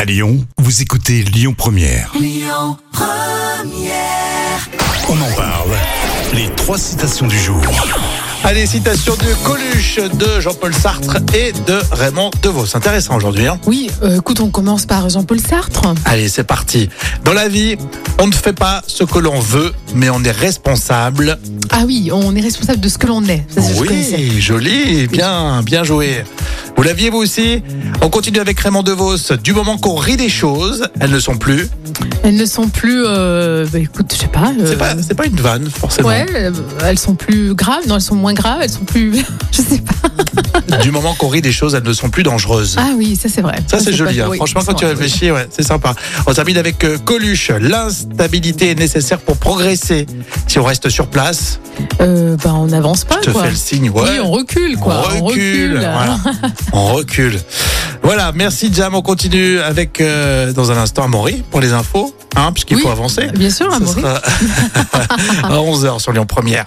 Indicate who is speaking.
Speaker 1: À Lyon, vous écoutez Lyon Première. On en parle. Les trois citations du jour.
Speaker 2: Allez, citation de Coluche, de Jean-Paul Sartre et de Raymond Devos. C'est intéressant aujourd'hui. Hein
Speaker 3: Oui, euh, écoute, on commence par Jean-Paul Sartre.
Speaker 2: Allez, c'est parti. Dans la vie, on ne fait pas ce que l'on veut, mais on est responsable.
Speaker 3: Ah oui, on est responsable de ce que l'on est. Ça, c'est- je connaissais.
Speaker 2: oui, joli, bien, bien joué. Vous l'aviez vous aussi On continue avec Raymond Devos. Du moment qu'on rit des choses, elles ne sont plus.
Speaker 3: Elles ne sont plus. euh, bah, écoute, je sais pas. euh,
Speaker 2: C'est pas, c'est pas une vanne, forcément.
Speaker 3: Ouais, euh, elles sont plus graves. Non, elles sont moins graves. Elles sont plus. je sais pas.
Speaker 2: Du moment qu'on rit des choses, elles ne sont plus dangereuses.
Speaker 3: Ah oui, ça c'est vrai.
Speaker 2: Ça, c'est
Speaker 3: pas-
Speaker 2: joli. hein.
Speaker 3: oui,
Speaker 2: Franchement,
Speaker 3: c'est
Speaker 2: quand tu
Speaker 3: vrai, oui.
Speaker 2: réfléchis, ouais, c'est sympa. On termine avec euh, Coluche. L'instabilité est nécessaire pour progresser. Si on reste sur place,
Speaker 3: Euh, bah, on n'avance pas,
Speaker 2: je te
Speaker 3: quoi.
Speaker 2: fais le signe. Ouais.
Speaker 3: Oui, on recule, quoi.
Speaker 2: On recule. Voilà. on recule. Voilà, merci Jam. On continue avec, euh, dans un instant, Amaury pour les infos, hein, puisqu'il
Speaker 3: Oui,
Speaker 2: faut avancer.
Speaker 3: Bien sûr,
Speaker 2: Ça
Speaker 3: Amaury.
Speaker 2: sera à 11h sur Lyon Première.